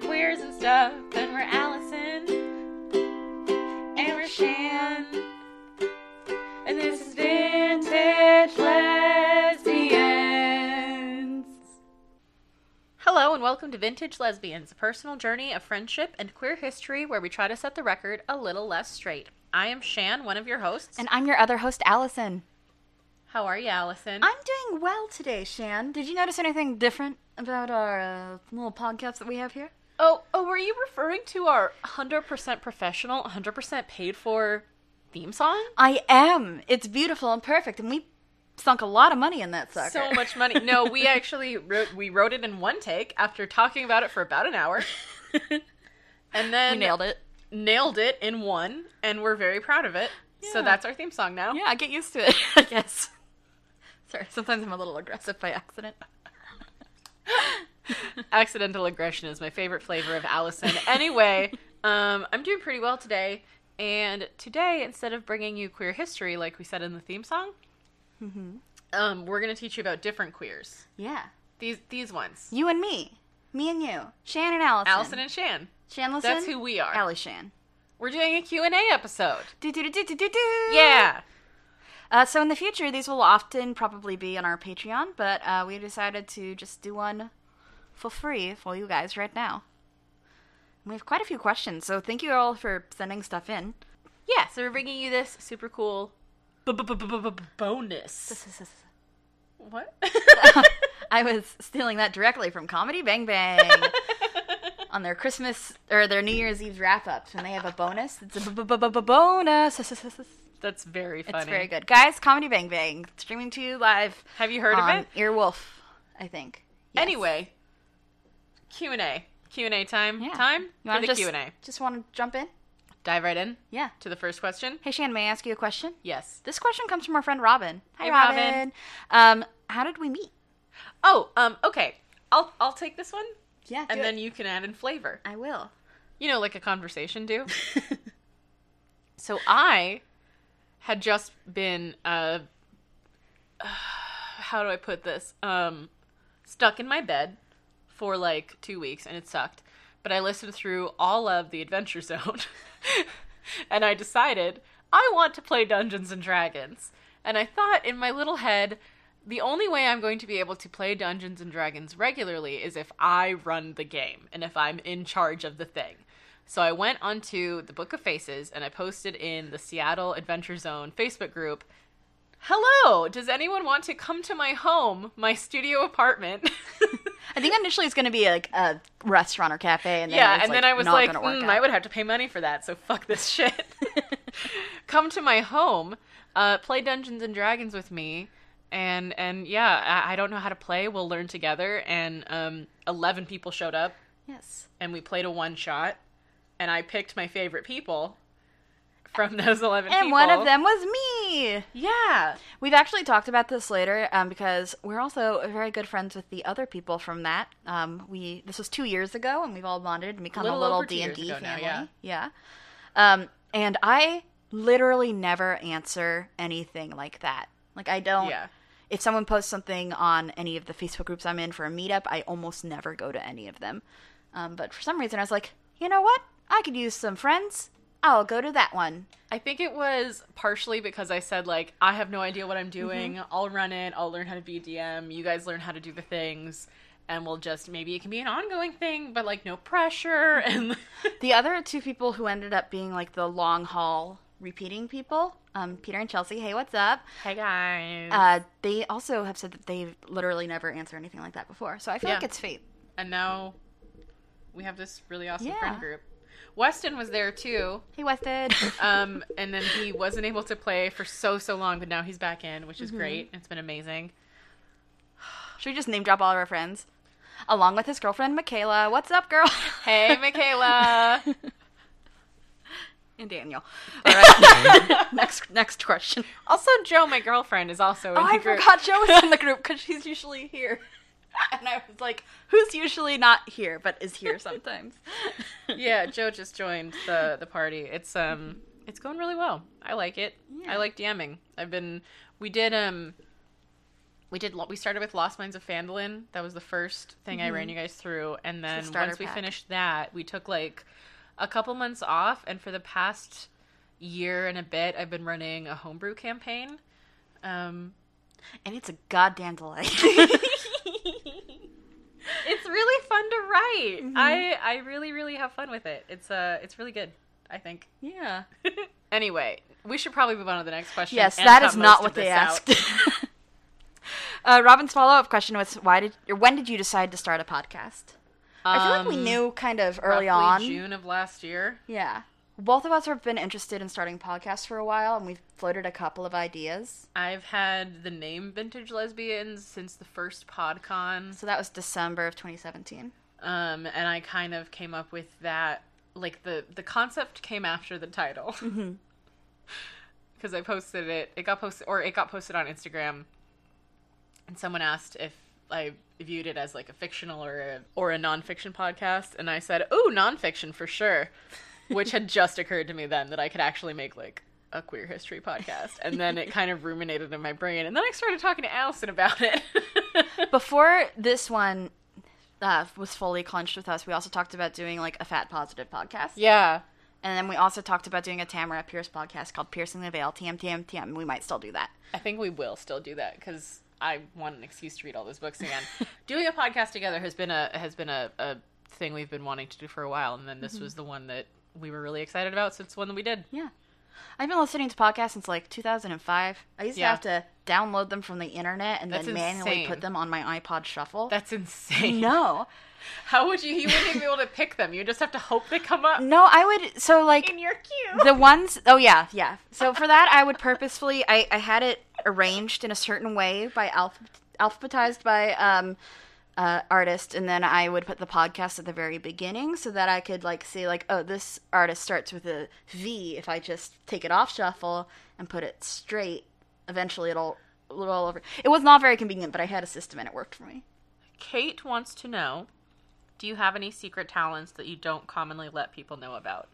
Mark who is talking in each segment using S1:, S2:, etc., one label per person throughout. S1: queers and stuff, and we're Allison, and we're Shan, and this is Vintage Lesbians. Hello, and welcome to Vintage Lesbians, a personal journey of friendship and queer history where we try to set the record a little less straight. I am Shan, one of your hosts.
S2: And I'm your other host, Allison.
S1: how are you, Allison?
S2: I'm doing well today, Shan. Did you notice anything different about our uh, little podcast that we have here?
S1: Oh, oh, were you referring to our 100% professional, 100% paid for theme song?
S2: I am. It's beautiful and perfect, and we sunk a lot of money in that sucker.
S1: So much money. No, we actually wrote we wrote it in one take after talking about it for about an hour. and then
S2: we nailed it.
S1: nailed it in one and we're very proud of it. So
S2: Yeah.
S1: that's our theme song now.
S2: Yeah, I get used to it. I guess. Sorry, sometimes I'm a little aggressive by accident.
S1: Accidental aggression is my favorite flavor of Allison. Anyway, um, I'm doing pretty well today. And today, instead of bringing you queer history like we said in the theme song,
S2: Mm-hmm.
S1: um, we're going to teach you about different queers.
S2: Yeah,
S1: These these ones.
S2: you and me, me and you, Shan and Allison,
S1: Allison and Shan.
S2: Shan. Listen,
S1: That's who we are.
S2: Allie Shan.
S1: We're doing a Q&A episode.
S2: Do do do do do do do.
S1: Yeah.
S2: Uh, so in the future, these will often probably be on our Patreon, but uh, we decided to just do one for free for you guys right now. And we have quite a few questions, so thank you all for sending stuff in.
S1: Yeah, so we're bringing you this super cool bonus. What?
S2: I was stealing that directly from Comedy Bang Bang on their Christmas or their New Year's Eve wrap ups, and they have a bonus. It's a b- b- b- b- bonus. It's
S1: That's very funny.
S2: very good, guys. Comedy Bang Bang streaming to you live
S1: Have you heard
S2: on
S1: of it?
S2: Earwolf, I think. Yes.
S1: Anyway, Q&A. Q&A time.
S2: Yeah.
S1: Time
S2: You
S1: for
S2: want
S1: the
S2: to just,
S1: Q&A.
S2: Just want to jump in?
S1: Dive right in
S2: Yeah.
S1: to the first question.
S2: Hey, Shan, may I ask you a question?
S1: Yes.
S2: This question comes from our friend Robin. Hi,
S1: Hey, Robin.
S2: Robin. Um, how did we meet?
S1: Oh, um okay. I'll I'll take this one
S2: Yeah,
S1: and then you can add in flavor.
S2: I will.
S1: You know, like a conversation do. So I had just been uh, how do I put this? Um stuck in my bed for like 2 weeks and it sucked. But I listened through all of the Adventure Zone and I decided I want to play Dungeons and Dragons. And I thought in my little head the only way I'm going to be able to play Dungeons and Dragons regularly is if I run the game and if I'm in charge of the thing. So I went onto the Book of Faces and I posted in the Seattle Adventure Zone Facebook group. Hello, does anyone want to come to my home, my studio apartment?
S2: I think initially it's going to be like a restaurant or cafe, and then
S1: yeah,
S2: it's,
S1: and then I was
S2: not
S1: like,
S2: gonna work
S1: "Mm,
S2: out.
S1: I would have to pay money for that, so fuck this shit. come to my home, uh, play Dungeons and Dragons with me, and and yeah, I, I don't know how to play. We'll learn together. And um, eleven people showed up,
S2: Yes.
S1: and we played a one shot, and I picked my favorite people from those eleven.
S2: And
S1: people.
S2: one of them was me.
S1: yeah.
S2: We've actually talked about this later um, because we're also very good friends with the other people from that. Um, we this was two years ago, and we've all bonded and become
S1: Little
S2: a little
S1: over two
S2: D
S1: years
S2: and D
S1: ago now,
S2: family. yeah. Um, and I literally never answer anything like that. Like I don't.
S1: Yeah.
S2: If someone posts something on any of the Facebook groups I'm in for a meetup, I almost never go to any of them. Um, but for some reason, I was like, you know what? I could use some friends. I'll go to that one.
S1: I think it was partially because I said like I have no idea what I'm doing. I'll run it. I'll learn how to be DM. You guys learn how to do the things, and we'll just maybe it can be an ongoing thing, but like no pressure. And
S2: The other two people who ended up being like the long haul repeating people, um, Peter and Chelsea, hey, what's up?
S1: hey guys,
S2: Uh, they also have said that they've literally never answered anything like that before. So I feel
S1: Yeah.
S2: like it's fate.
S1: and now we have this really awesome friend
S2: Yeah.
S1: group. Weston was there too,
S2: Hey, Weston.
S1: um, and then he wasn't able to play for so so long, but now he's back in, which is great. It's been amazing.
S2: Should we just name drop all of our friends? Along with his girlfriend, Michaela. What's up, girl?
S1: Hey Michaela,
S2: and Daniel. All right. next, next question.
S1: also Joe, my girlfriend, is also in
S2: Oh,
S1: the
S2: I
S1: group.
S2: forgot Joe was in the group because she's usually here. And I was like, who's usually not here but is here sometimes?
S1: yeah, Joe just joined the the party. It's um it's going really well. I like it.
S2: Yeah.
S1: I like DMing. I've been we did um we did. lo- We started with Lost Mines of Fandolin. That was the first thing I ran you guys through, and then
S2: Mm-hmm. starter
S1: once we
S2: pack.
S1: finished that, we took like a couple months off. And for the past year and a bit, I've been running a homebrew campaign. Um,
S2: And it's a goddamn delight.
S1: it's really fun to write.
S2: Mm-hmm.
S1: I I really really have fun with it. It's uh it's really good. I think.
S2: yeah.
S1: anyway, we should probably move on to the next question.
S2: Yes,
S1: and
S2: that
S1: cut
S2: is
S1: most
S2: not what
S1: of
S2: they
S1: this out.
S2: asked. uh, Robin's follow-up question was, "Why did or when did you decide to start a podcast?" I feel like we
S1: Um,
S2: knew kind of early
S1: roughly
S2: on.
S1: June of last year.
S2: Yeah. Both of us have been interested in starting podcasts for a while, and we've floated a couple of ideas.
S1: I've had the name Vintage Lesbians since the first PodCon,
S2: So that was December of 2017.
S1: um, and I kind of came up with that. Like the the concept came after the title because I posted it. It got posted or it got posted on Instagram, and someone asked if I viewed it as like a fictional or a, or a nonfiction podcast, and I said, "Oh, nonfiction for sure," which had just occurred to me then that I could actually make like a queer history podcast, and then it kind of ruminated in my brain, and then I started talking to Allison about it.
S2: Before this one uh, was fully clenched with us, we also talked about doing like a fat positive podcast.
S1: yeah,
S2: And then we also talked about doing a Tamara Pierce podcast called Piercing the Veil, TM, TM, TM. We might still do that.
S1: I think we will still do that because I want an excuse to read all those books again. Doing a podcast together has been a has been a, a thing we've been wanting to do for a while, and then this
S2: Mm-hmm.
S1: was the one that we were really excited about, so it's the one that we did.
S2: Yeah. I've been listening to podcasts since like 2005. I used
S1: Yeah.
S2: to have to download them from the internet and
S1: That's
S2: then manually
S1: insane.
S2: put them on my iPod shuffle.
S1: That's insane.
S2: no.
S1: How would you? You wouldn't even be able to pick them. You just have to hope they come up
S2: No, I would. So, like,
S1: in your queue.
S2: the ones oh yeah yeah so for that i would purposefully i, I had it arranged in a certain way by alpha, alphabetized by um uh, artist and then i would put the podcast at the very beginning so that i could like see like oh this artist starts with a v if i just take it off shuffle and put it straight eventually it'll roll over it was not very convenient but i had a system and it worked for me
S1: Kate wants to know: Do you have any secret talents that you don't commonly let people know about?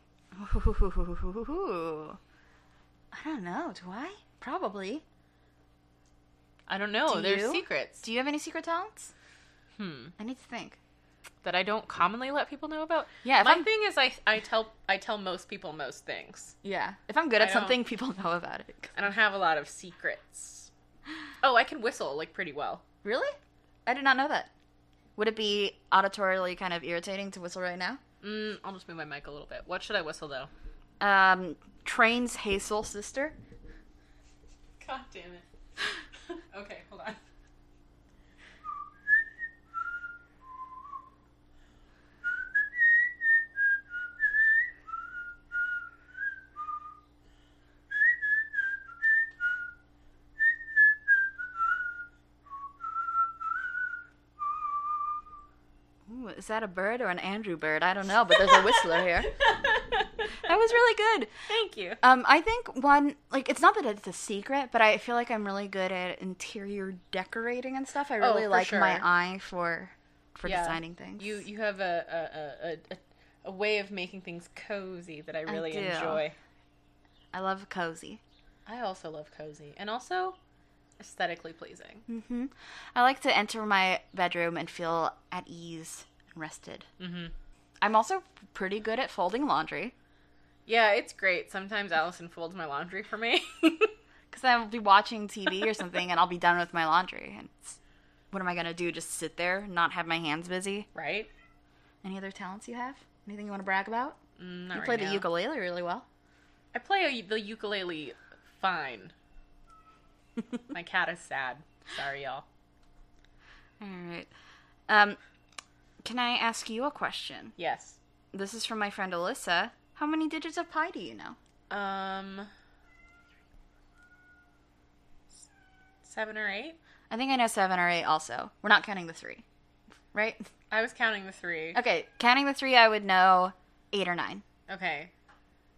S2: i don't know do i probably
S1: I don't know.
S2: Do
S1: There's
S2: you?
S1: secrets
S2: do you have any secret talents
S1: Hmm.
S2: i need to think
S1: that I don't commonly let people know about.
S2: Yeah, if
S1: my
S2: I'm-
S1: thing is I I tell I tell most people most things.
S2: Yeah. If I'm good at
S1: I don't-
S2: something, people know about it.
S1: I don't have a lot of secrets. Oh, I can whistle like pretty well.
S2: Really? I did not know that. Would it be auditorily kind of irritating to whistle right now?
S1: Mm, I'll just move my mic a little bit. What should I whistle though?
S2: Um, Train's Hazel sister.
S1: God damn it. okay, hold on.
S2: Ooh, is that a bird or an Andrew bird? I don't know, but there's a whistler here. That was really good.
S1: Thank you.
S2: Um, I think one like it's not that it's a secret, but I feel like I'm really good at interior decorating and stuff. I
S1: Oh,
S2: really
S1: for
S2: like my
S1: sure.
S2: eye for for
S1: Yeah.
S2: designing things.
S1: You you have a a, a, a a way of making things cozy that I really
S2: do.
S1: enjoy.
S2: I love cozy.
S1: I also love cozy and also aesthetically pleasing.
S2: hmm I like to enter my bedroom and feel at ease and rested.
S1: Mhm.
S2: I'm also pretty good at folding laundry
S1: Yeah, it's great. Sometimes Allison folds my laundry for me.
S2: because I'll be watching TV or something and I'll be done with my laundry. And it's, what am I going to do? Just sit there, and not have my hands busy?
S1: right?
S2: Any other talents you have? Anything you want to brag about?
S1: Mm, not
S2: You
S1: right
S2: play the
S1: now.
S2: ukulele really well.
S1: I play a, the ukulele fine. My cat is sad. Sorry, y'all.
S2: All right. Um, can I ask you a question?
S1: Yes.
S2: This is from my friend Alyssa. How many digits of pi do you know?
S1: Um. Seven or eight?
S2: I think I know seven or eight also. We're not counting the three, right?
S1: I was counting the three.
S2: Okay, counting the three, I would know eight or nine.
S1: Okay,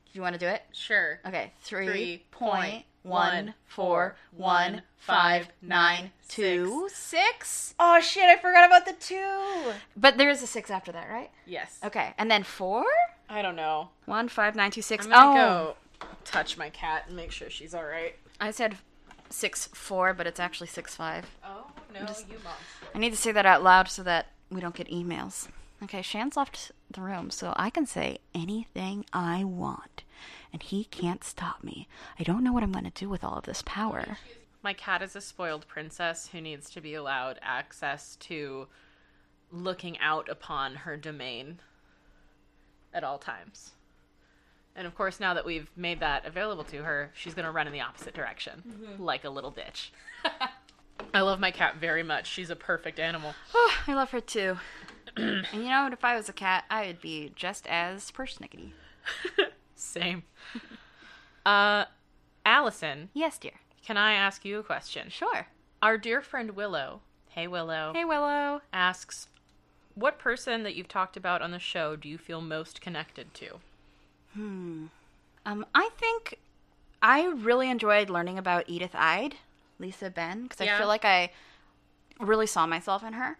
S2: Do you want to do it?
S1: sure.
S2: Okay, three
S1: Three
S2: point
S1: point
S2: one four one
S1: one
S2: five
S1: five
S2: nine
S1: nine
S2: two six.
S1: Oh shit! I forgot about the two.
S2: But there is a six after that, right?
S1: Yes.
S2: Okay, and then four?
S1: I don't know.
S2: One five nine two six.
S1: I'm
S2: Oh,
S1: gonna go touch my cat and make sure she's all right.
S2: I said six four, but it's actually six five.
S1: Oh no, you monster!
S2: I need to say that out loud so that we don't get emails. Okay, Shan's left the room, so I can say anything I want, and he can't stop me. I don't know what I'm going to do with all of this power.
S1: My cat is a spoiled princess who needs to be allowed access to looking out upon her domain at all times. And of course, now that we've made that available to her, she's going to run in the opposite direction, like a little bitch. I love my cat very much. She's a perfect animal.
S2: Oh, I love her too. and you know what? If I was a cat, I would be just as persnickety.
S1: Same. uh, Allison,
S2: Yes, dear.
S1: can I ask you a question?
S2: Sure.
S1: Our dear friend Willow, hey Willow,
S2: Hey, Willow.
S1: asks, what person that you've talked about on the show do you feel most connected to?
S2: Um, I think I really enjoyed learning about Edith Ide, Lisa Ben, because I
S1: Yeah.
S2: feel like I really saw myself in her.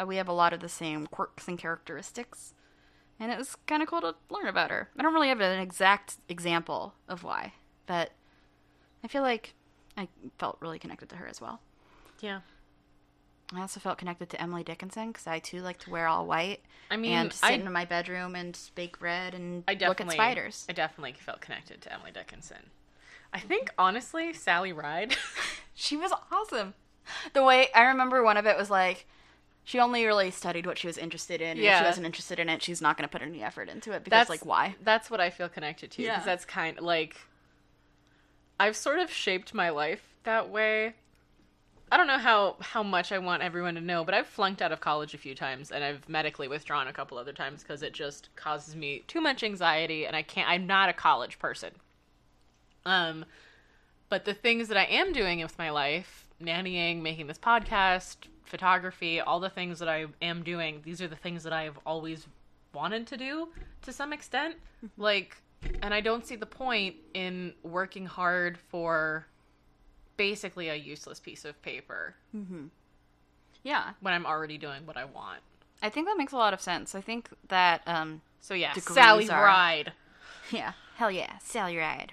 S2: Uh, We have a lot of the same quirks and characteristics, and it was kind of cool to learn about her. I don't really have an exact example of why, but I feel like I felt really connected to her as well.
S1: Yeah.
S2: I also felt connected to Emily Dickinson because I too like to wear all white
S1: I mean,
S2: and sit
S1: I-
S2: in my bedroom and bake bread and
S1: I
S2: look
S1: definitely
S2: at spiders.
S1: I definitely felt connected to Emily Dickinson. I think honestly, Sally Ride.
S2: She was awesome. The way I remember one of it was like she only really studied what she was interested in. and If
S1: Yeah.
S2: she wasn't interested in it, she's not going to put any effort into it because
S1: that's
S2: like why?
S1: That's what I feel connected to because
S2: Yeah.
S1: that's kind like I've sort of shaped my life that way. I don't know how how much I want everyone to know, but I've flunked out of college a few times and I've medically withdrawn a couple other times because it just causes me too much anxiety and I can't I'm not a college person. Um but the things that I am doing with my life, nannying, making this podcast, photography, all the things that I am doing, these are the things that I've always wanted to do to some extent. Like, and I don't see the point in working hard for basically a useless piece of paper
S2: Yeah.
S1: when I'm already doing what I want.
S2: I think that makes a lot of sense. I think that um
S1: So yeah,
S2: Degrees
S1: Sally
S2: are-
S1: Ride.
S2: yeah. Hell yeah. Sell your ad.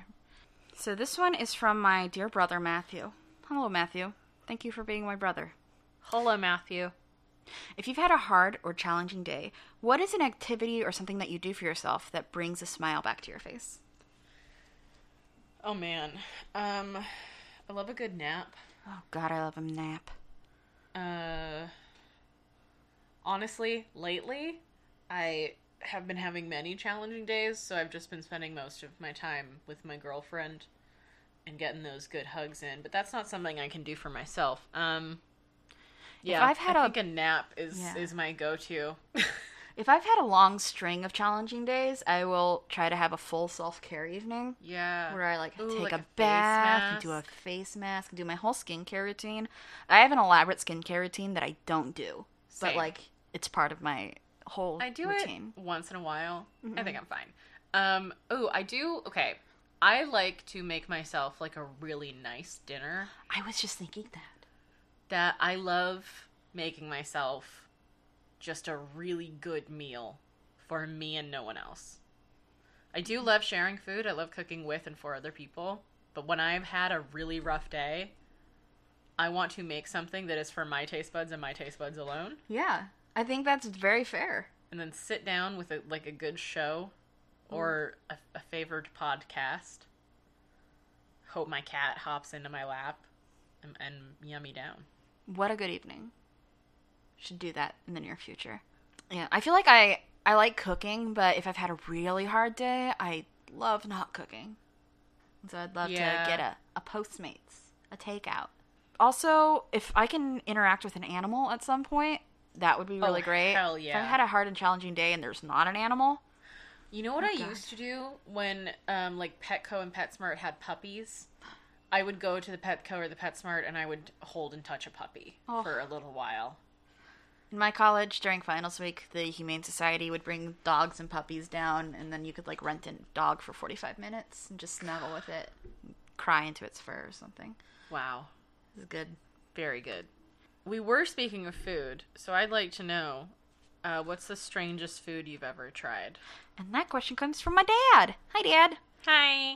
S2: So this one is from my dear brother Matthew. Hello Matthew. Thank you for being my brother.
S1: Hello, Matthew.
S2: If you've had a hard or challenging day, what is an activity or something that you do for yourself that brings a smile back to your face?
S1: Oh man, um, I love a good nap.
S2: Oh god, I love a nap.
S1: Uh, honestly, lately, I have been having many challenging days, so I've just been spending most of my time with my girlfriend and getting those good hugs in. But that's not something I can do for myself. Um, yeah,
S2: I've had
S1: I
S2: a-
S1: think a nap is
S2: Yeah.
S1: is my go-to.
S2: If I've had a long string of challenging days, I will try to have a full self care evening
S1: yeah,
S2: where I like
S1: Ooh,
S2: take
S1: like
S2: a,
S1: a face
S2: bath, and do a
S1: mask.
S2: face mask, and do my whole skincare routine. I have an elaborate skincare routine that I don't do, but
S1: Same.
S2: like it's part of my whole
S1: I do
S2: routine.
S1: it once in a while. I think I'm fine. Um, oh, I do. Okay, I like to make myself like a really nice dinner.
S2: I was just thinking that.
S1: that I love making myself just a really good meal for me and no one else. I do love sharing food. I love cooking with and for other people. But when I've had a really rough day, I want to make something that is for my taste buds and my taste buds alone,
S2: Yeah, I think that's very fair.
S1: and then sit down with a, like a good show or a, a favored podcast. Hope my cat hops into my lap and, and yummy down.
S2: what a good evening should do that in the near future yeah i feel like i i like cooking but if i've had a really hard day i love not cooking so i'd love
S1: Yeah.
S2: to get a, a postmates a takeout also if i can interact with an animal at some point that would be really great
S1: hell
S2: If
S1: yeah.
S2: i've had a hard and challenging day and there's not an animal
S1: You know what I
S2: God.
S1: used to do when, um, like Petco and PetSmart had puppies? I would go to the Petco or the PetSmart and I would hold and touch a puppy
S2: Oh.
S1: for a little while.
S2: in my college during finals week the humane society would bring dogs and puppies down and then you could like rent a dog for 45 minutes and just snuggle with it cry into its fur or something
S1: Wow,
S2: it was good
S1: very good. We were speaking of food, so I'd like to know uh, what's the strangest food you've ever tried?
S2: and that question comes from my dad hi dad
S1: Hi.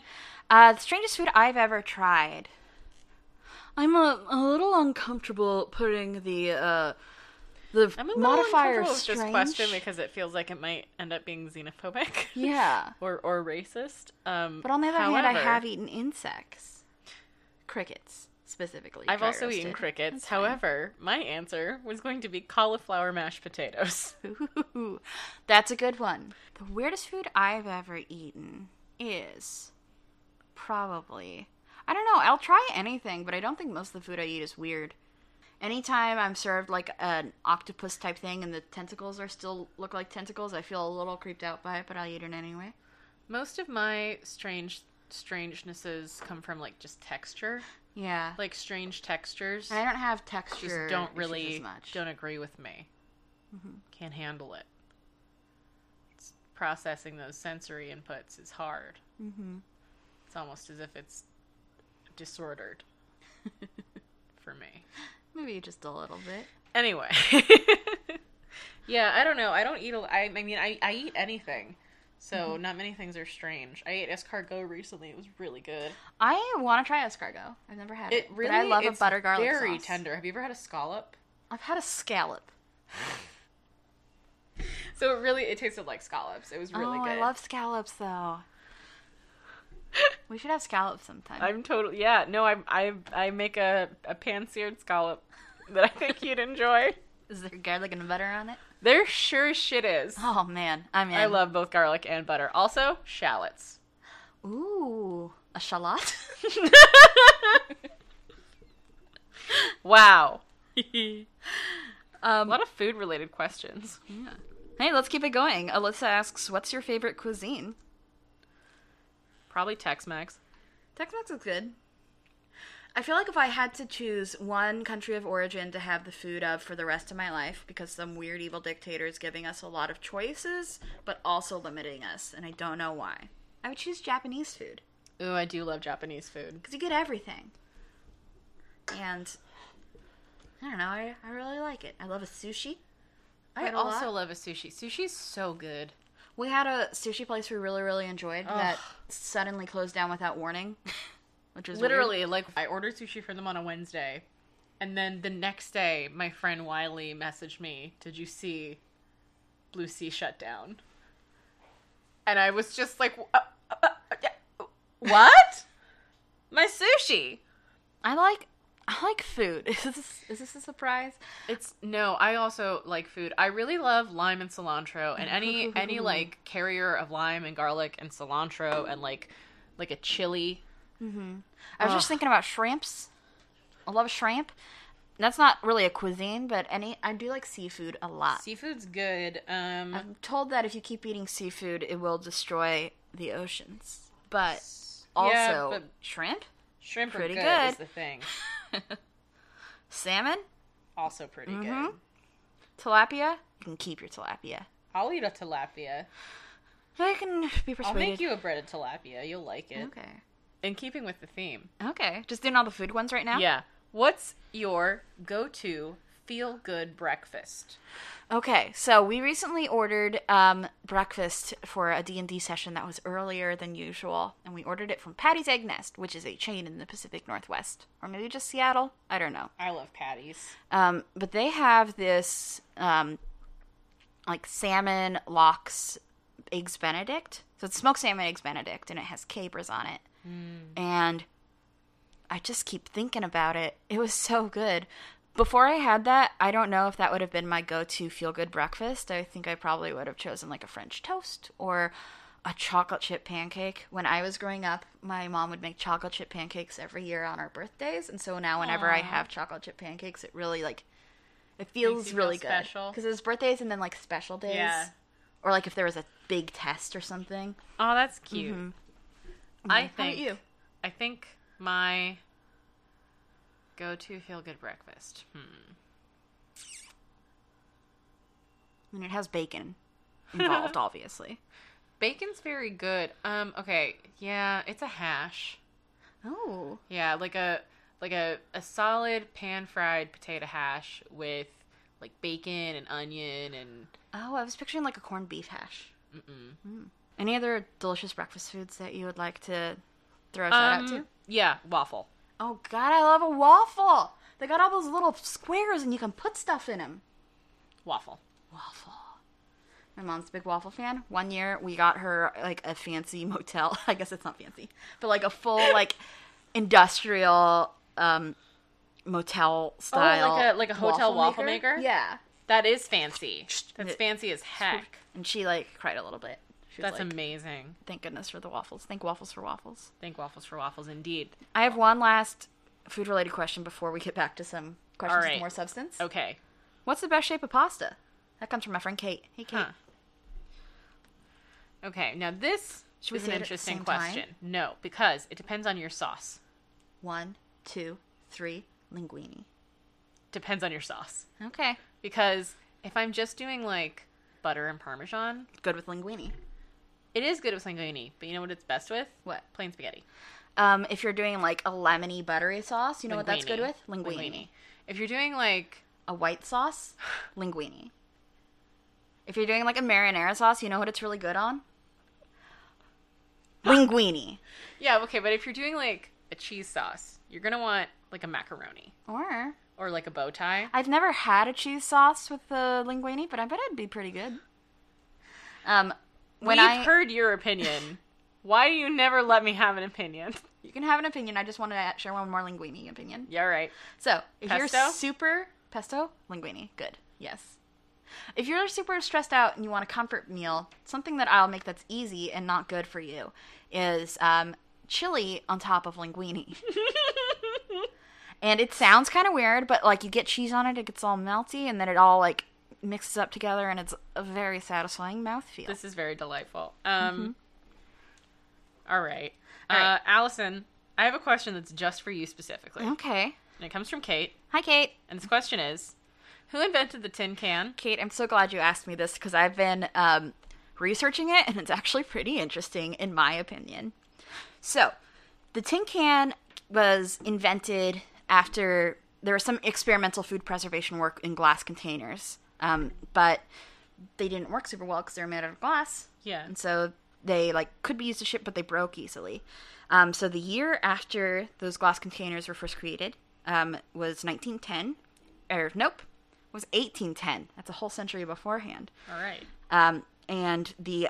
S2: uh the strangest food i've ever tried I'm a, a little uncomfortable putting the uh, the
S1: I'm a little
S2: modifier
S1: uncomfortable with
S2: strange.
S1: this question because it feels like it might end up being xenophobic
S2: yeah,
S1: or or racist. Um,
S2: but on the other hand, I
S1: however,
S2: have eaten insects, crickets specifically.
S1: I've
S2: dry
S1: also eaten
S2: roasted.
S1: crickets.
S2: That's fine.
S1: However, my answer was going to be cauliflower mashed potatoes.
S2: Ooh, that's a good one. The weirdest food I've ever eaten is probably I don't know. I'll try anything, but I don't think most of the food I eat is weird. Anytime I'm served like an octopus type thing and the tentacles are still look like tentacles, I feel a little creeped out by it, but I'll eat it anyway.
S1: Most of my strange strangenesses come from like just texture,
S2: Yeah,
S1: like strange textures.
S2: and I don't have texture.
S1: just don't
S2: issues
S1: really
S2: as much. Mm-hmm.
S1: don't agree with me. Can't handle it. It's, processing those sensory inputs is hard. Mm-hmm. It's almost as if it's disordered for me.
S2: Maybe just a little bit.
S1: Anyway, yeah, I don't know. I don't eat. A, I, I mean, I, I eat anything. So
S2: Mm-hmm.
S1: not many things are strange. I ate escargot recently. It was really good.
S2: I want to try escargot. I've never had it.
S1: It really.
S2: but I love
S1: it's
S2: a butter garlic
S1: Very
S2: sauce.
S1: tender. Have you ever had a scallop?
S2: I've had a scallop.
S1: So it really it tasted like scallops. It was really
S2: oh,
S1: good.
S2: I love scallops though. we should have scallops sometime.
S1: I'm totally yeah. No, I I I make a a pan seared scallop that I think you'd enjoy.
S2: Is there garlic and butter on it?
S1: There sure as shit is.
S2: Oh man, I'm in.
S1: I love both garlic and butter. Also shallots.
S2: Ooh, a shallot.
S1: Wow, a
S2: um,
S1: lot of food related questions.
S2: hey, let's keep it going. Alyssa asks, "What's your favorite cuisine?"
S1: Probably Tex Mex.
S2: Tex-Mex is good. I feel like if I had to choose one country of origin to have the food of for the rest of my life, because some weird evil dictator is giving us a lot of choices, but also limiting us, and I don't know why, I would choose Japanese food.
S1: Ooh, I do love Japanese food.
S2: because you get everything. And I don't know, I, I really like it. I love a sushi.
S1: I
S2: Quite a
S1: also
S2: lot.
S1: love a sushi. Sushi's so good.
S2: We had a sushi place we really really enjoyed that
S1: Ugh.
S2: suddenly closed down without warning, which was
S1: Literally, like I ordered sushi from them on a Wednesday, and then the next day, my friend Wiley messaged me, "Did you see Blue Sea shut down?" And I was just like, "Uh, uh, uh, yeah, "What? my sushi?"
S2: I like I like food. Is this is this a surprise?
S1: It's no. I also like food. I really love lime and cilantro, and any any like carrier of lime and garlic and cilantro and like like a chili.
S2: I was just thinking about shrimps. I love shrimp. That's not really a cuisine, but any I do like seafood a lot.
S1: Seafood's good. Um,
S2: I'm told that if you keep eating seafood, it will destroy the oceans. But also
S1: Yeah, but-
S2: shrimp,
S1: shrimp
S2: pretty
S1: are good, is
S2: good.
S1: the thing.
S2: salmon,
S1: Also pretty
S2: Mm-hmm.
S1: good.
S2: tilapia. You can keep your tilapia.
S1: I'll eat a tilapia.
S2: I can be persuaded.
S1: I'll make you a breaded tilapia. You'll like it.
S2: Okay.
S1: In keeping with the theme.
S2: Okay. Just doing all the food ones right now.
S1: Yeah. What's your go-to feel-good breakfast?
S2: Okay. So we recently ordered um, breakfast for a D and D session that was earlier than usual, and we ordered it from Patty's Egg Nest, which is a chain in the Pacific Northwest, or maybe just Seattle. I don't know.
S1: I love patties.
S2: Um, but they have this um, like salmon lox eggs Benedict. So it's smoked salmon eggs Benedict, and it has capers on it.
S1: Mm.
S2: And I just keep thinking about it. It was so good. Before I had that, I don't know if that would have been my go-to feel-good breakfast. I think I probably would have chosen like a French toast or a chocolate chip pancake. When I was growing up, my mom would make chocolate chip pancakes every year on our birthdays, and so now whenever I have chocolate chip pancakes, it really like it feels
S1: feel
S2: really good
S1: special.
S2: because it was birthdays and then like special days,
S1: Yeah.
S2: or like if there was a big test or something.
S1: Oh, that's cute. I think
S2: Mm-hmm. How about you?
S1: I think my go-to feel-good breakfast. Hmm.
S2: And it has bacon involved, obviously.
S1: Bacon's very good. Um okay, yeah, it's a hash.
S2: Oh,
S1: Yeah, like a like a, a solid pan fried potato hash with like bacon and onion and
S2: oh, I was picturing like a corned beef hash. Mm. Mm-mm. Any other delicious breakfast foods that you would like to throw a shout out
S1: Um,
S2: to?
S1: Yeah, waffle.
S2: Oh god, I love a waffle. They got all those little squares and you can put stuff in them.
S1: Waffle.
S2: Waffle. My mom's a big waffle fan. One year we got her like a fancy motel. I guess it's not fancy, but like a full like industrial um motel style.
S1: Oh, a- like a hotel waffle maker?
S2: Yeah.
S1: That is fancy. That's
S2: it-
S1: fancy as heck.
S2: And she like cried a little bit. She was
S1: That's
S2: like,
S1: amazing.
S2: thank goodness for the waffles. Thank waffles for waffles.
S1: Thank waffles for waffles, indeed.
S2: I have one last food related question before we get back to some questions
S1: All right.
S2: with more substance.
S1: Okay.
S2: What's the best shape of pasta? That comes from my friend Kate. Hey, Kate.
S1: Huh. Okay. Now this
S2: Should we
S1: is
S2: say
S1: an
S2: it at the
S1: interesting
S2: same time?
S1: question. No, because it depends on your sauce.
S2: One, two, three, linguine.
S1: Depends on your sauce.
S2: Okay.
S1: Because if I'm just doing like butter and parmesan,
S2: Good with linguine.
S1: it is good with linguine. But you know what it's best with?
S2: What?
S1: Plain spaghetti.
S2: Um, if you're doing like a lemony buttery sauce, you know what that's good with? Linguine.
S1: If you're doing like
S2: A white sauce, linguine. If you're doing like a marinara sauce, you know what it's really good on? Linguine.
S1: yeah, okay, but if you're doing like a cheese sauce, you're gonna want like a macaroni
S2: Or
S1: or like a bow tie.
S2: I've never had a cheese sauce with the linguine, but I bet it'd be pretty good. Um, when
S1: We've
S2: I
S1: heard your opinion. Why do you never let me have an opinion?
S2: you can have an opinion, I just wanted to share one more linguine opinion.
S1: Yeah, right.
S2: So if
S1: Pesto?
S2: you're super pesto linguine, good, yes. If you're super stressed out and you want a comfort meal, something that I'll make that's easy and not good for you is um, chili on top of linguine. and it sounds kind of weird, but like you get cheese on it, it gets all melty, and then it all like mixes up together, and it's a very satisfying mouthfeel.
S1: This is very delightful. Um, all right.
S2: Mm-hmm. All right.
S1: Uh, Allison, I have a question that's just for you specifically.
S2: Okay.
S1: And it comes from Kate.
S2: Hi, Kate.
S1: And this question is Who invented the tin can?
S2: Kate, I'm so glad you asked me this because I've been um, researching it and it's actually pretty interesting, in my opinion. So, the tin can was invented after there was some experimental food preservation work in glass containers, um, but they didn't work super well because they were made out of glass.
S1: Yeah.
S2: And so they like could be used to ship, but they broke easily. Um, so the year after those glass containers were first created um, was 1910, or nope, was 1810. That's a whole century beforehand.
S1: All right.
S2: Um, and the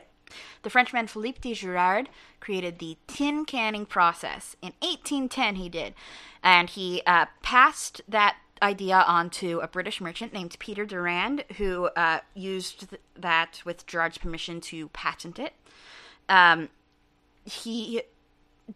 S2: the Frenchman Philippe de Girard created the tin canning process in 1810. He did, and he uh, passed that idea on to a British merchant named Peter Durand, who uh, used th- that with Girard's permission to patent it. Um, he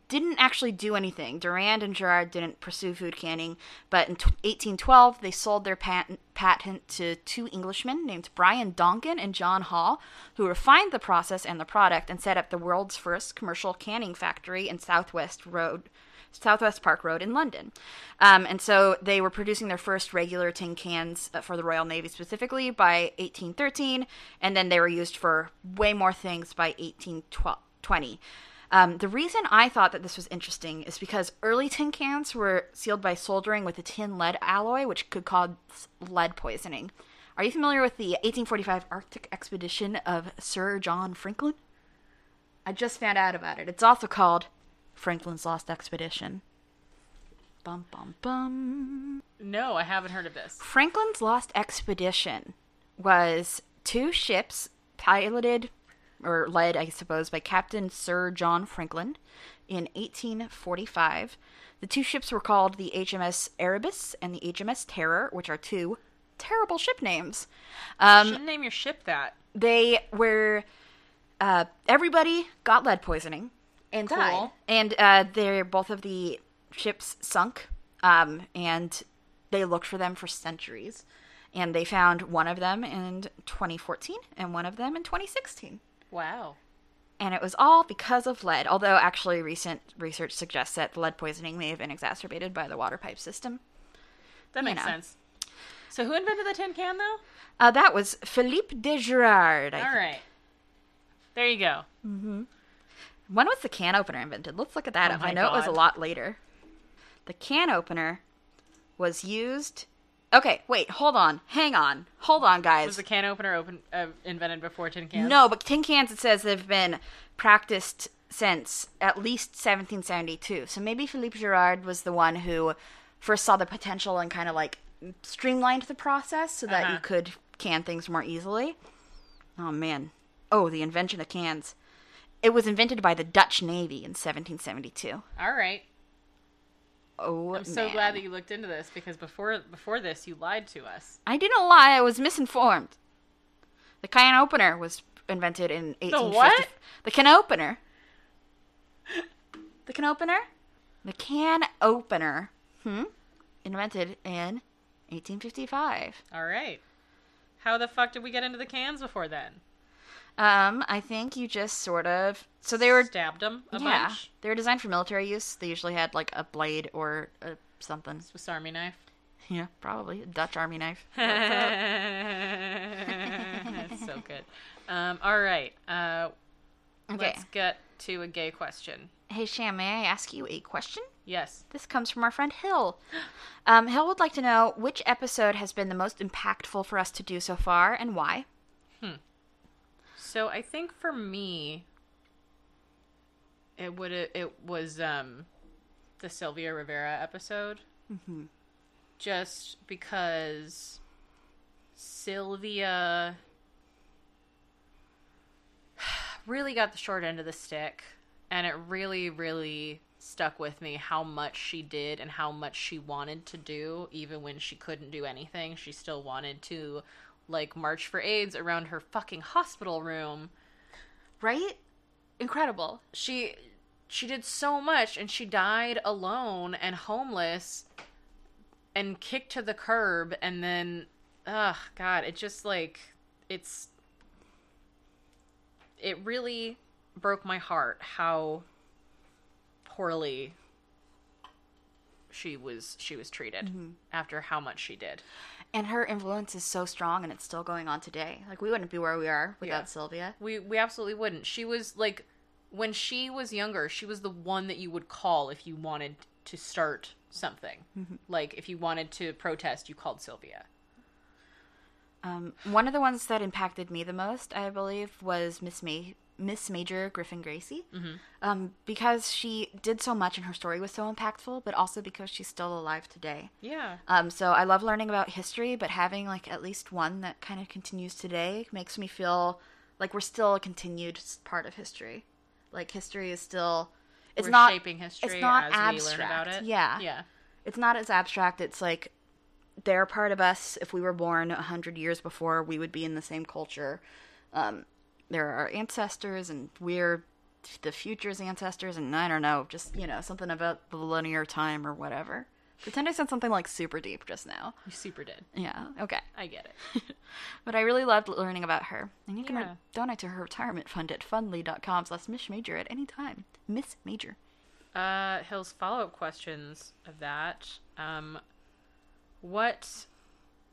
S2: didn't actually do anything. Durand and Gerard didn't pursue food canning, but in t- 1812 they sold their patent, patent to two Englishmen named Brian Donkin and John Hall, who refined the process and the product and set up the world's first commercial canning factory in Southwest Road. Southwest Park Road in London. Um, and so they were producing their first regular tin cans uh, for the Royal Navy specifically by 1813, and then they were used for way more things by 1820. Um, the reason I thought that this was interesting is because early tin cans were sealed by soldering with a tin lead alloy, which could cause lead poisoning. Are you familiar with the 1845 Arctic expedition of Sir John Franklin? I just found out about it. It's also called Franklin's Lost Expedition. Bum, bum, bum.
S1: No, I haven't heard of this.
S2: Franklin's Lost Expedition was two ships piloted or led, I suppose, by Captain Sir John Franklin in 1845. The two ships were called the HMS Erebus and the HMS Terror, which are two terrible ship names. Um,
S1: Shouldn't name your ship that.
S2: they were uh, everybody got lead poisoning and died,
S1: Cool.
S2: and uh, they're both of the ships sunk, um, and they looked for them for centuries, and they found one of them in 2014 and one of them in 2016
S1: Wow.
S2: and it was all because of lead. Although, actually, recent research suggests that lead poisoning may have been exacerbated by the water pipe system.
S1: That makes
S2: know.
S1: sense. So who invented the tin can though?
S2: Uh, that was Philippe de Girard. I
S1: All
S2: think.
S1: right. There you go.
S2: When was the can opener invented? Let's look at that
S1: Oh
S2: up.
S1: my
S2: I know it was a
S1: God.
S2: lot later. The can opener was used. Okay, wait, hold on. Hang on. Hold on,
S1: Was
S2: guys.
S1: the can opener open uh, invented before tin cans?
S2: No, but tin cans, it says they've been practiced since at least 1772. So maybe Philippe Girard was the one who first saw the potential and kind of like streamlined the process so that you
S1: Uh-huh.
S2: could can things more easily. Oh man. Oh, the invention of cans. It was invented by the Dutch Navy in 1772.
S1: All right.
S2: Oh,
S1: I'm so glad that you looked into this because before before this you lied to us.
S2: I didn't lie. I was misinformed. The can opener was invented in 1850.
S1: what?
S2: The can opener. The can opener. The can opener. Hmm. Invented in 1855.
S1: All right. How the fuck did we get into the cans before then?
S2: Um, I think you just sort of. So they were.
S1: Stabbed them a
S2: yeah,
S1: bunch.
S2: they were designed for military use. They usually had like a blade or a, something.
S1: Swiss Army knife.
S2: Yeah, probably a Dutch army knife.
S1: That's so good. Um, all right. Uh,
S2: Okay.
S1: Let's get to a gay question.
S2: Hey Sham, may I ask you a question?
S1: Yes.
S2: This comes from our friend Hill. Um, Hill would like to know which episode has been the most impactful for us to do so far and why.
S1: So I think for me, it would it was um, the Sylvia Rivera episode, mm-hmm. just because Sylvia really got the short end of the stick, and it really really stuck with me how much she did and how much she wanted to do even when she couldn't do anything she still wanted to like march for aids around her fucking hospital room
S2: Right? Incredible.
S1: she she did so much and she died alone and homeless and kicked to the curb and then ugh god it just like it's it really broke my heart how poorly she was she was treated after how much she did
S2: And her influence is so strong and it's still going on today. Like, we wouldn't be where we are without
S1: Yeah.
S2: Sylvia.
S1: We we absolutely wouldn't. She was like when she was younger, she was the one that you would call if you wanted to start something. Like if you wanted to protest, you called Sylvia.
S2: Um, one of the ones that impacted me the most, I believe, was Miss May. Miss Major Griffin Gracie, um, because she did so much and her story was so impactful, but also because she's still alive today.
S1: Yeah.
S2: Um, so I love learning about history, but having like at least one that kind of continues today makes me feel like we're still a continued s- part of history. Like history is still, it's
S1: We're
S2: not
S1: shaping history
S2: it's not
S1: as we learn about
S2: abstract,
S1: it.
S2: yeah.
S1: Yeah.
S2: it's not as abstract. It's like they're a part of us. If we were born a hundred years before, we would be in the same culture. Um, there are our ancestors, and we're the future's ancestors, and I don't know, just you know, something about the linear time or whatever. Pretend I said something like super deep just now.
S1: You super did.
S2: Yeah. Okay.
S1: I get it.
S2: But I really loved learning about her. And you can re-
S1: Yeah.
S2: donate to her retirement fund at fundly.com slash Miss Major at any time. Miss Major.
S1: uh Hill's follow-up questions of that. Um what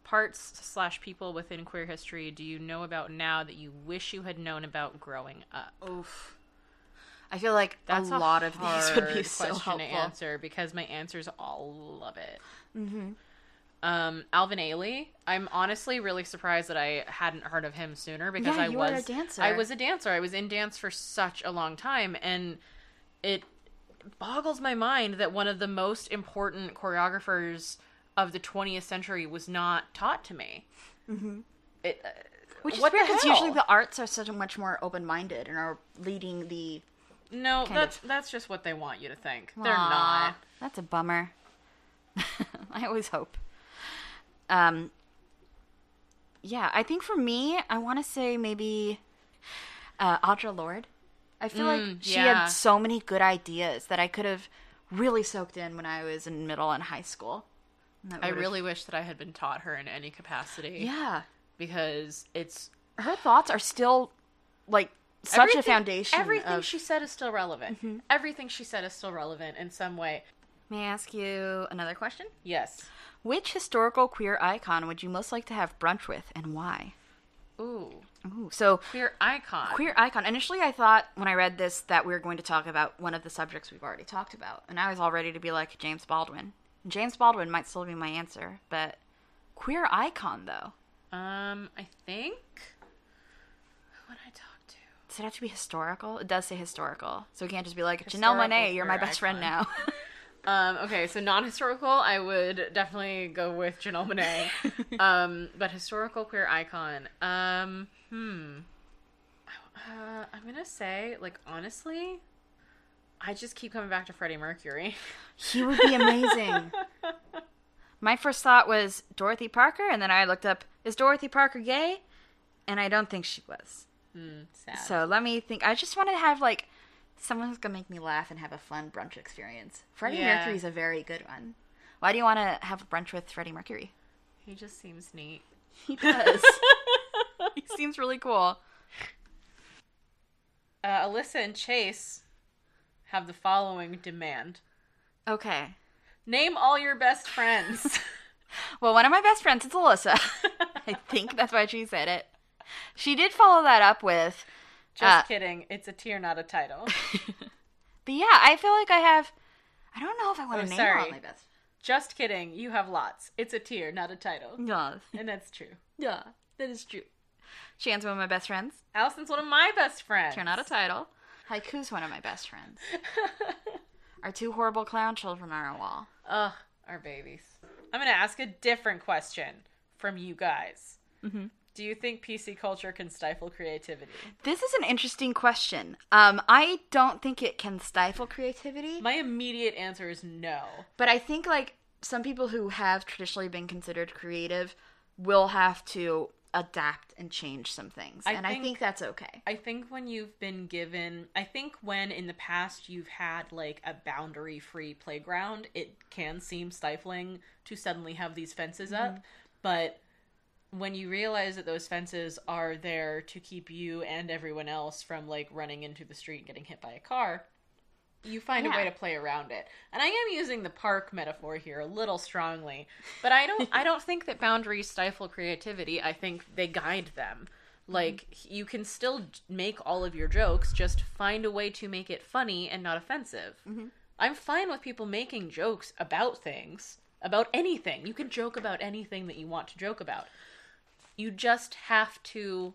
S1: parts slash people within queer history do you know about now that you wish you had known about growing up?
S2: Oof. I feel like
S1: That's
S2: a lot of these would be
S1: hard
S2: so
S1: question
S2: helpful.
S1: to answer because my answers all love it. Mm-hmm. Um, Alvin Ailey, I'm honestly really surprised that I hadn't heard of him sooner because
S2: Yeah,
S1: I
S2: you were
S1: was
S2: a dancer.
S1: I was a dancer. I was in dance for such a long time, and it boggles my mind that one of the most important choreographers of the 20th century was not taught to me. Mm-hmm. It, uh,
S2: Which is
S1: what the
S2: weird because
S1: hell?
S2: usually the arts are so much more open minded and are leading the.
S1: no,
S2: kind
S1: that's that's just what they want you to think. They're not.
S2: Aw, That's a bummer. I always hope. Um, yeah, I think for me, I want to say maybe uh, Audre Lorde. I feel like
S1: Mm,
S2: she
S1: yeah.
S2: had so many good ideas that I could have really soaked in when I was in middle and high school. And that
S1: I
S2: would've-
S1: really wish that I had been taught her in any capacity.
S2: yeah.
S1: Because it's
S2: Her thoughts are still like such a
S1: everything-
S2: foundation.
S1: Everything
S2: of- Mm-hmm.
S1: she said is still relevant. Everything she said is still relevant in some way.
S2: May I ask you another question?
S1: Yes.
S2: Which historical queer icon would you most like to have brunch with, and why?
S1: Ooh.
S2: Ooh, so
S1: Queer icon.
S2: queer icon. Initially, I thought when I read this that we were going to talk about one of the subjects we've already talked about, and I was all ready to be like James Baldwin. James Baldwin might still be my answer, but queer icon though.
S1: Um, I think who would I talk to?
S2: Does it have to be historical? It does say historical, so we can't just be like Janelle
S1: Historical
S2: Monet. You're my
S1: queer
S2: best friend
S1: icon.
S2: now.
S1: Um, okay, so non-historical, I would definitely go with Janelle Monae. um, but historical queer icon. Um, hmm. Uh, I'm gonna say, like, honestly, I just keep coming back to Freddie Mercury.
S2: he would be amazing. my first thought was Dorothy Parker, and then I looked up is Dorothy Parker gay? And I don't think she was.
S1: Hmm, sad.
S2: So let me think. I just want to have like someone who's gonna make me laugh and have a fun brunch experience. Freddie
S1: Yeah.
S2: Mercury's a very good one. Why do you want to have a brunch with Freddie Mercury?
S1: he just seems neat.
S2: He does. he seems really cool.
S1: Uh, Alyssa and Chase have the following demand:
S2: Okay.
S1: Name all your best friends.
S2: Well, one of my best friends is Alyssa. I think that's why she said it. She did follow that up with,
S1: just
S2: Uh,
S1: kidding. It's a tier, not a title.
S2: but yeah, I feel like I have. I don't know if I want
S1: Oh,
S2: to name all
S1: sorry.
S2: my best.
S1: Just kidding. You have lots. It's a tier, not a title.
S2: Yeah,
S1: And that's true.
S2: yeah, that is true. Shan's one of my best friends.
S1: Allison's one of my best friends.
S2: Turn out a title. Haiku's one of my best friends. Our two horrible clown children on our wall.
S1: Ugh, our babies. I'm gonna ask a different question from you guys.
S2: Mhm.
S1: Do you think PC culture can stifle creativity?
S2: This is an interesting question. Um, I don't think it can stifle creativity.
S1: My immediate answer is no.
S2: But I think like some people who have traditionally been considered creative will have to adapt and change some things.
S1: I
S2: and I
S1: think-
S2: think that's okay.
S1: I think when you've been given, I think when in the past you've had like a boundary free playground, it can seem stifling to suddenly have these fences up.
S2: Mm-hmm.
S1: But when you realize that those fences are there to keep you and everyone else from like running into the street and getting hit by a car, you find a
S2: Yeah.
S1: way to play around it. And I am using the park metaphor here a little strongly, but I don't I don't think that boundaries stifle creativity. I think they guide them. Like you can still j- make all of your jokes, just find a way to make it funny and not offensive. I'm fine with people making jokes about things, about anything. You can joke about anything that you want to joke about. You just have to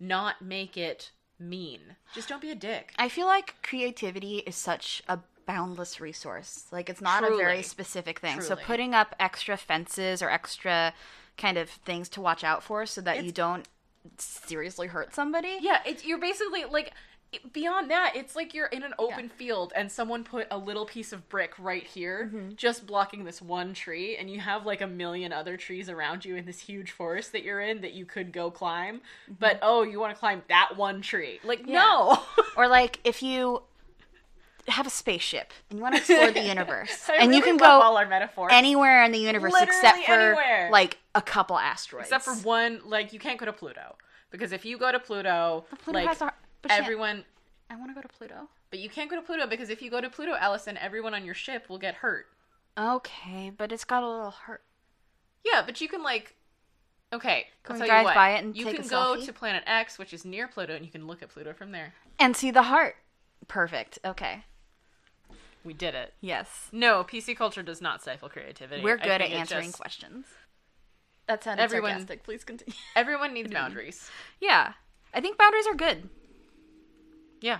S1: not make it mean. Just don't be a dick.
S2: I feel like creativity is such a boundless resource. Like it's not a very
S1: Truly.
S2: specific thing. So
S1: Truly.
S2: putting up extra fences or extra kind of things to watch out for so that you
S1: It's-
S2: don't seriously hurt somebody.
S1: Yeah, it, you're basically like it- beyond that. It's like you're in an open field and someone put a little piece of brick right here,
S2: Mm-hmm.
S1: just blocking this one tree, and you have like a million other trees around you in this huge forest that you're in that you could go climb.
S2: Mm-hmm.
S1: But oh, you want to climb that one tree? Like no.
S2: Or like if you have a spaceship and you want to explore the universe
S1: I
S2: and you
S1: really
S2: can
S1: love
S2: go
S1: all our metaphors.
S2: anywhere in the universe
S1: Literally
S2: except for
S1: anywhere.
S2: like a couple asteroids.
S1: except for one. Like you can't go to Pluto because if you go to Pluto,
S2: Pluto
S1: like
S2: has a, but shit,
S1: everyone.
S2: I want to go to Pluto.
S1: But you can't go to Pluto because if you go to Pluto, Allison, everyone on your ship will get hurt.
S2: Okay, but it's got a little hurt.
S1: Yeah, but you can like, okay,
S2: Can
S1: I'll
S2: we
S1: tell you
S2: drive
S1: what.
S2: by it and
S1: you
S2: take
S1: can
S2: a
S1: go
S2: selfie?
S1: to Planet X, which is near Pluto, and you can look at Pluto from there.
S2: And see the heart. Perfect. Okay.
S1: We did it.
S2: Yes.
S1: No, PC culture does not stifle creativity.
S2: We're
S1: I
S2: good at
S1: think it
S2: answering
S1: just-
S2: questions. That sounded
S1: Everyone-
S2: sarcastic. Please continue.
S1: Everyone needs boundaries.
S2: yeah. I think boundaries are good.
S1: Yeah.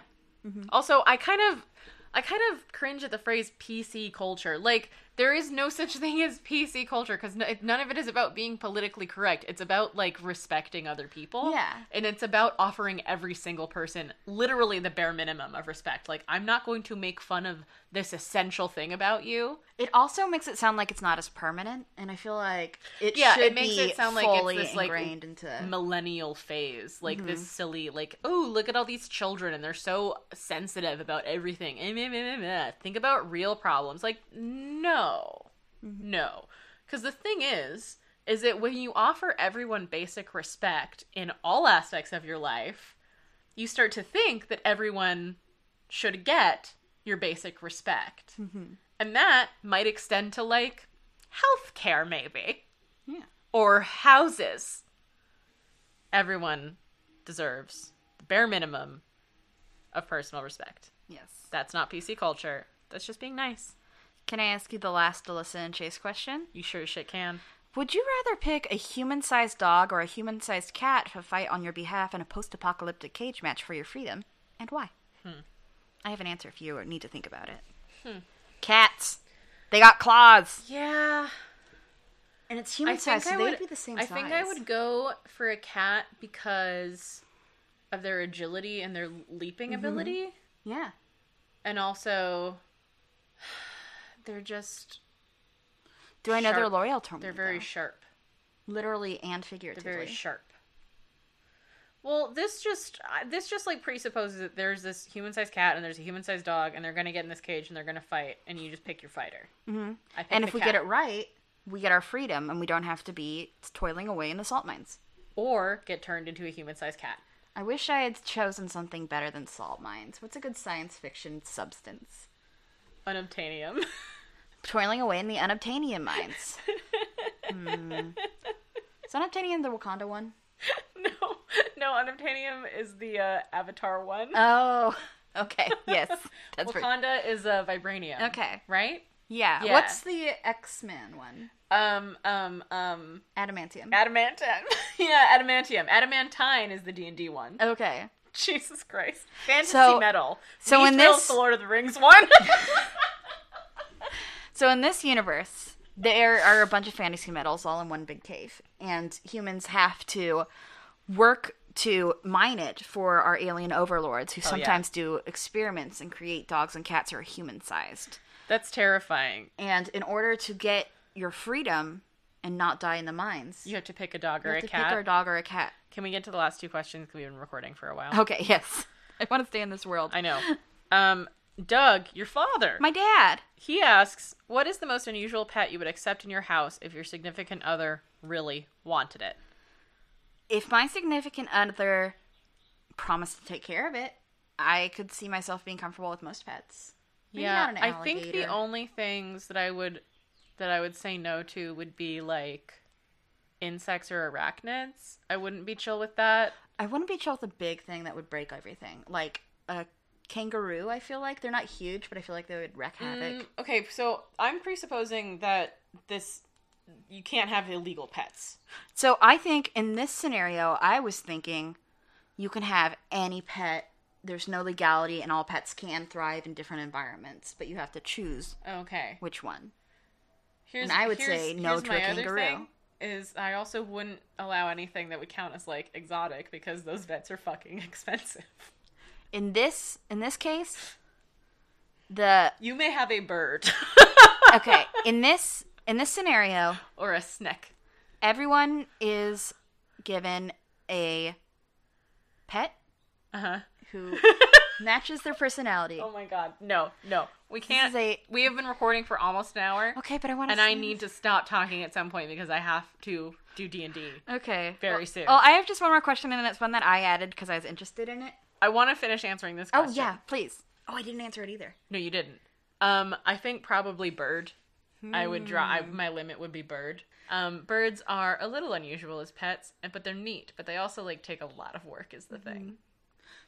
S1: Also, I kind of, I kind of cringe at the phrase PC culture. Like, there is no such thing as PC culture because none of it is about being politically correct. It's about like respecting other people.
S2: Yeah.
S1: and it's about offering every single person literally the bare minimum of respect. Like, I'm not going to make fun of this essential thing about you.
S2: It also makes it sound like it's not as permanent, and I feel like it
S1: Yeah,
S2: should
S1: it makes
S2: be
S1: it sound like it's
S2: fully
S1: this, like,
S2: ingrained into. Mm-hmm.
S1: millennial phase like this silly like oh look at all these children and they're so sensitive about everything Eh, meh, meh, meh, meh. think about real problems like no
S2: Mm-hmm.
S1: no because the thing is is that when you offer everyone basic respect in all aspects of your life you start to think that everyone should get your basic respect
S2: Mm-hmm.
S1: and that might extend to like healthcare maybe
S2: Yeah.
S1: or houses. Everyone deserves the bare minimum of personal respect.
S2: Yes.
S1: That's not PC culture. That's just being nice.
S2: Can I ask you the last Alyssa and Chase question?
S1: You sure as shit can.
S2: Would you rather pick a human sized dog or a human sized cat to fight on your behalf in a post apocalyptic cage match for your freedom? And why?
S1: Hmm.
S2: I have an answer if you need to think about it. Cats. They got claws.
S1: Yeah.
S2: And
S1: I
S2: it's human
S1: think
S2: sized, so
S1: I
S2: they
S1: would
S2: would be the same
S1: I
S2: size.
S1: think I would go for a cat because of their agility and their leaping
S2: Mm-hmm.
S1: ability,
S2: Yeah.
S1: and also they're just
S2: Do I know their
S1: Sharp.
S2: L'Oreal term?
S1: they're very sharp.
S2: literally and
S1: They're
S2: figuratively.
S1: very sharp. Well, this just I- this just like presupposes that there's this human-sized cat and there's a human-sized dog and they're gonna get in this cage and they're gonna fight and you just pick your fighter. Mm-hmm. I pick
S2: and
S1: the
S2: if we
S1: cat.
S2: get it right, we get our freedom and we don't have to be toiling away in the salt mines.
S1: or get turned into a human-sized cat.
S2: I wish I had chosen something better than salt mines. What's a good science fiction substance?
S1: Unobtainium.
S2: Toiling away in the unobtainium mines. hmm. Is unobtainium the Wakanda one?
S1: no, no, unobtainium is the uh, Avatar one.
S2: Oh, okay. Yes, that's right.
S1: Wakanda is a vibranium.
S2: Okay.
S1: Right?
S2: Yeah.
S1: Yeah.
S2: What's the X Men one?
S1: Um, um, um,
S2: Adamantium.
S1: adamantium. yeah, adamantium. Adamantine is the D and D one.
S2: okay.
S1: Jesus Christ, fantasy
S2: So-
S1: metal.
S2: so
S1: Me
S2: in
S1: thrills
S2: this-
S1: the Lord of the Rings one.
S2: So in this universe, there are a bunch of fantasy metals all in one big cave, and humans have to work to mine it for our alien overlords,
S1: Oh,
S2: who sometimes do experiments and create dogs and cats who are human sized.
S1: That's terrifying.
S2: And in order to get your freedom and not die in the mines,
S1: You have to pick a dog
S2: you
S1: or a
S2: have to pick
S1: cat.
S2: our dog or a cat.
S1: Can we get to the last two questions? 'Cause We've been recording for a while.
S2: Okay, yes, I want to stay in this world.
S1: I know. Um, Doug, your father.
S2: My dad.
S1: He asks, "What is the most unusual pet you would accept in your house if your significant other really wanted it?"
S2: if my significant other promised to take care of it, I could see myself being comfortable with most pets. Maybe not an
S1: I think the
S2: alligator.
S1: only things that I would that I would say no to would be like insects or arachnids. I wouldn't be chill with that.
S2: I wouldn't be chill with a big thing that would break everything, like a kangaroo. I feel like they're not huge, but I feel like they would wreak havoc.
S1: okay, so I'm presupposing that this you can't have illegal pets.
S2: So I think in this scenario, I was thinking you can have any pet. There's no legality, and all pets can thrive in different environments, but you have to choose
S1: Okay.
S2: which one.
S1: Here's,
S2: And I would
S1: here's-
S2: say no
S1: here's
S2: to a
S1: my other
S2: kangaroo.
S1: thing Is I also wouldn't allow anything that would count as like exotic because those vets are fucking expensive.
S2: In this in this case, the
S1: You may have a bird
S2: okay in this in this scenario
S1: or a snake.
S2: everyone is given a pet
S1: Uh huh.
S2: who matches their personality
S1: Oh my god. No, no. We can't.
S2: is a-
S1: We have been recording for almost an hour.
S2: okay but i want to
S1: And I need to stop talking at some point because I have to do D and D.
S2: okay
S1: Very
S2: well,
S1: soon.
S2: oh i have just one more question and it's one that i added because i was interested in it
S1: I want to finish answering this
S2: oh
S1: question.
S2: yeah please oh i didn't answer it either
S1: No, you didn't. Um, I think probably bird. I would draw. I,
S2: Hmm.
S1: my limit would be bird. Um, birds are a little unusual as pets, and but they're neat. But they also like take a lot of work. Is
S2: Mhm.
S1: the thing.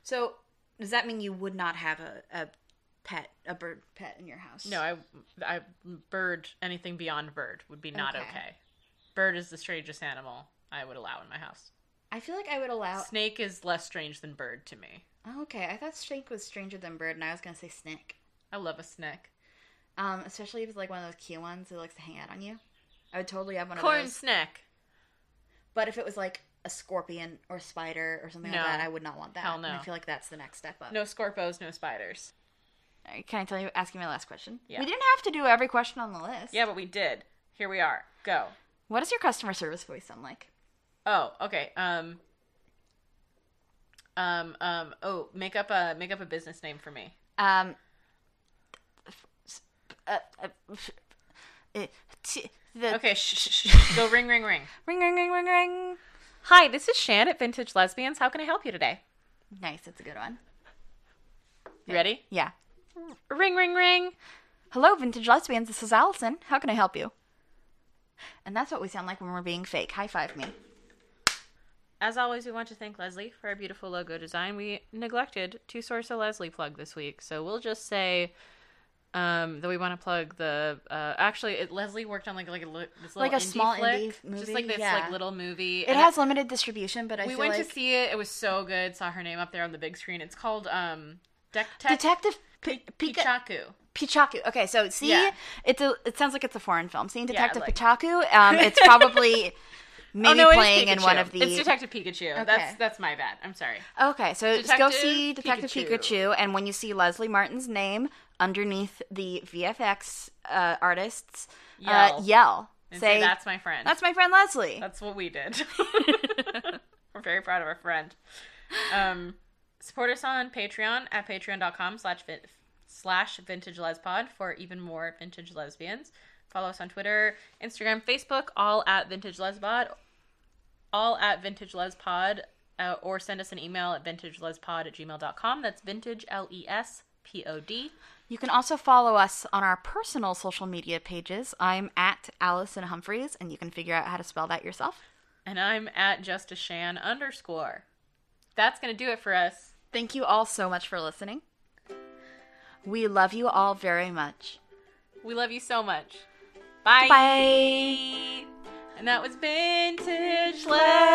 S2: so does that mean you would not have a, a pet a bird pet in your house
S1: No, I, I bird anything beyond bird would be not
S2: Okay.
S1: okay. Bird is the strangest animal I would allow in my house.
S2: i feel like i would allow
S1: Snake is less strange than bird to me.
S2: oh, okay i thought snake was stranger than bird and i was gonna say snake
S1: I love a snake.
S2: Um, especially if it's like one of those cute ones that likes to hang out on you. I would totally have one of
S1: Corn
S2: those.
S1: snake.
S2: But if it was like a scorpion or spider or something
S1: No.
S2: like that, I would not want that.
S1: Hell no.
S2: And I feel like that's the next step up.
S1: No scorpos, no spiders.
S2: All right, Can I tell you, ask you my last question?
S1: Yeah.
S2: We didn't have to do every question on the list.
S1: Yeah, but we did. Here we are. Go.
S2: What does your customer service voice sound like?
S1: Oh, okay. Um. Um. Um. Oh, make up a make up a business name for me.
S2: Um, uh, uh, uh, t- the
S1: Okay. Shh. Sh- sh- go ring ring ring.
S2: ring, ring, ring, ring, ring.
S1: Hi, this is Shan at Vintage Lesbians. How can I help you today?
S2: Nice, that's a good one.
S1: You ready?
S2: Yeah.
S1: Ring ring ring.
S2: Hello, vintage lesbians. This is Allison. How can I help you? And that's what we sound like when we're being fake. High five me.
S1: As always, we want to thank Leslie for our beautiful logo design. We neglected to source a Leslie plug this week, so we'll just say Um, that we want to plug the uh, actually it, Leslie worked on like like a li- this little
S2: Like a
S1: indie
S2: small
S1: flick,
S2: indie movie,
S1: just like this
S2: yeah.
S1: like little movie.
S2: It has limited distribution, but I
S1: we
S2: feel
S1: went
S2: like
S1: to see it. It was so good. Saw her name up there on the big screen. It's called um, Deck Tech
S2: Detective P- Pika-
S1: Pichaku.
S2: Pichaku. Okay, so see,
S1: Yeah.
S2: it's a, it sounds like it's a foreign film. Seeing
S1: Yeah,
S2: Detective
S1: like-
S2: Pichaku, um, it's probably maybe
S1: oh no,
S2: playing
S1: it is
S2: in one
S1: Pikachu.
S2: of the.
S1: It's Detective Pikachu.
S2: Okay.
S1: That's that's my bad. I'm sorry.
S2: okay, so just go
S1: Detective
S2: see Detective Pikachu.
S1: Pikachu.
S2: and when you see Leslie Martin's name underneath the VFX uh, artists, uh,
S1: Yell.
S2: yell,
S1: And
S2: say,
S1: say that's my friend.
S2: "That's my friend Leslie."
S1: That's what we did. We're very proud of our friend. Um, support us on Patreon at patreon.com slash vin- slash vintage lespod for even more vintage lesbians. Follow us on Twitter, Instagram, Facebook, all at vintage lesbod, all at vintage lespod, uh, or send us an email at vintage lespod at gmail.com. That's vintage L E S P O D.
S2: You can also follow us on our personal social media pages. I'm at Allison Humphreys, and you can figure out how to spell that yourself.
S1: And I'm at justice shan underscore. That's going to do it for us.
S2: Thank you all so much for listening. We love you all very much.
S1: We love you so much. Bye.
S2: Bye.
S1: And that was Vintage Love.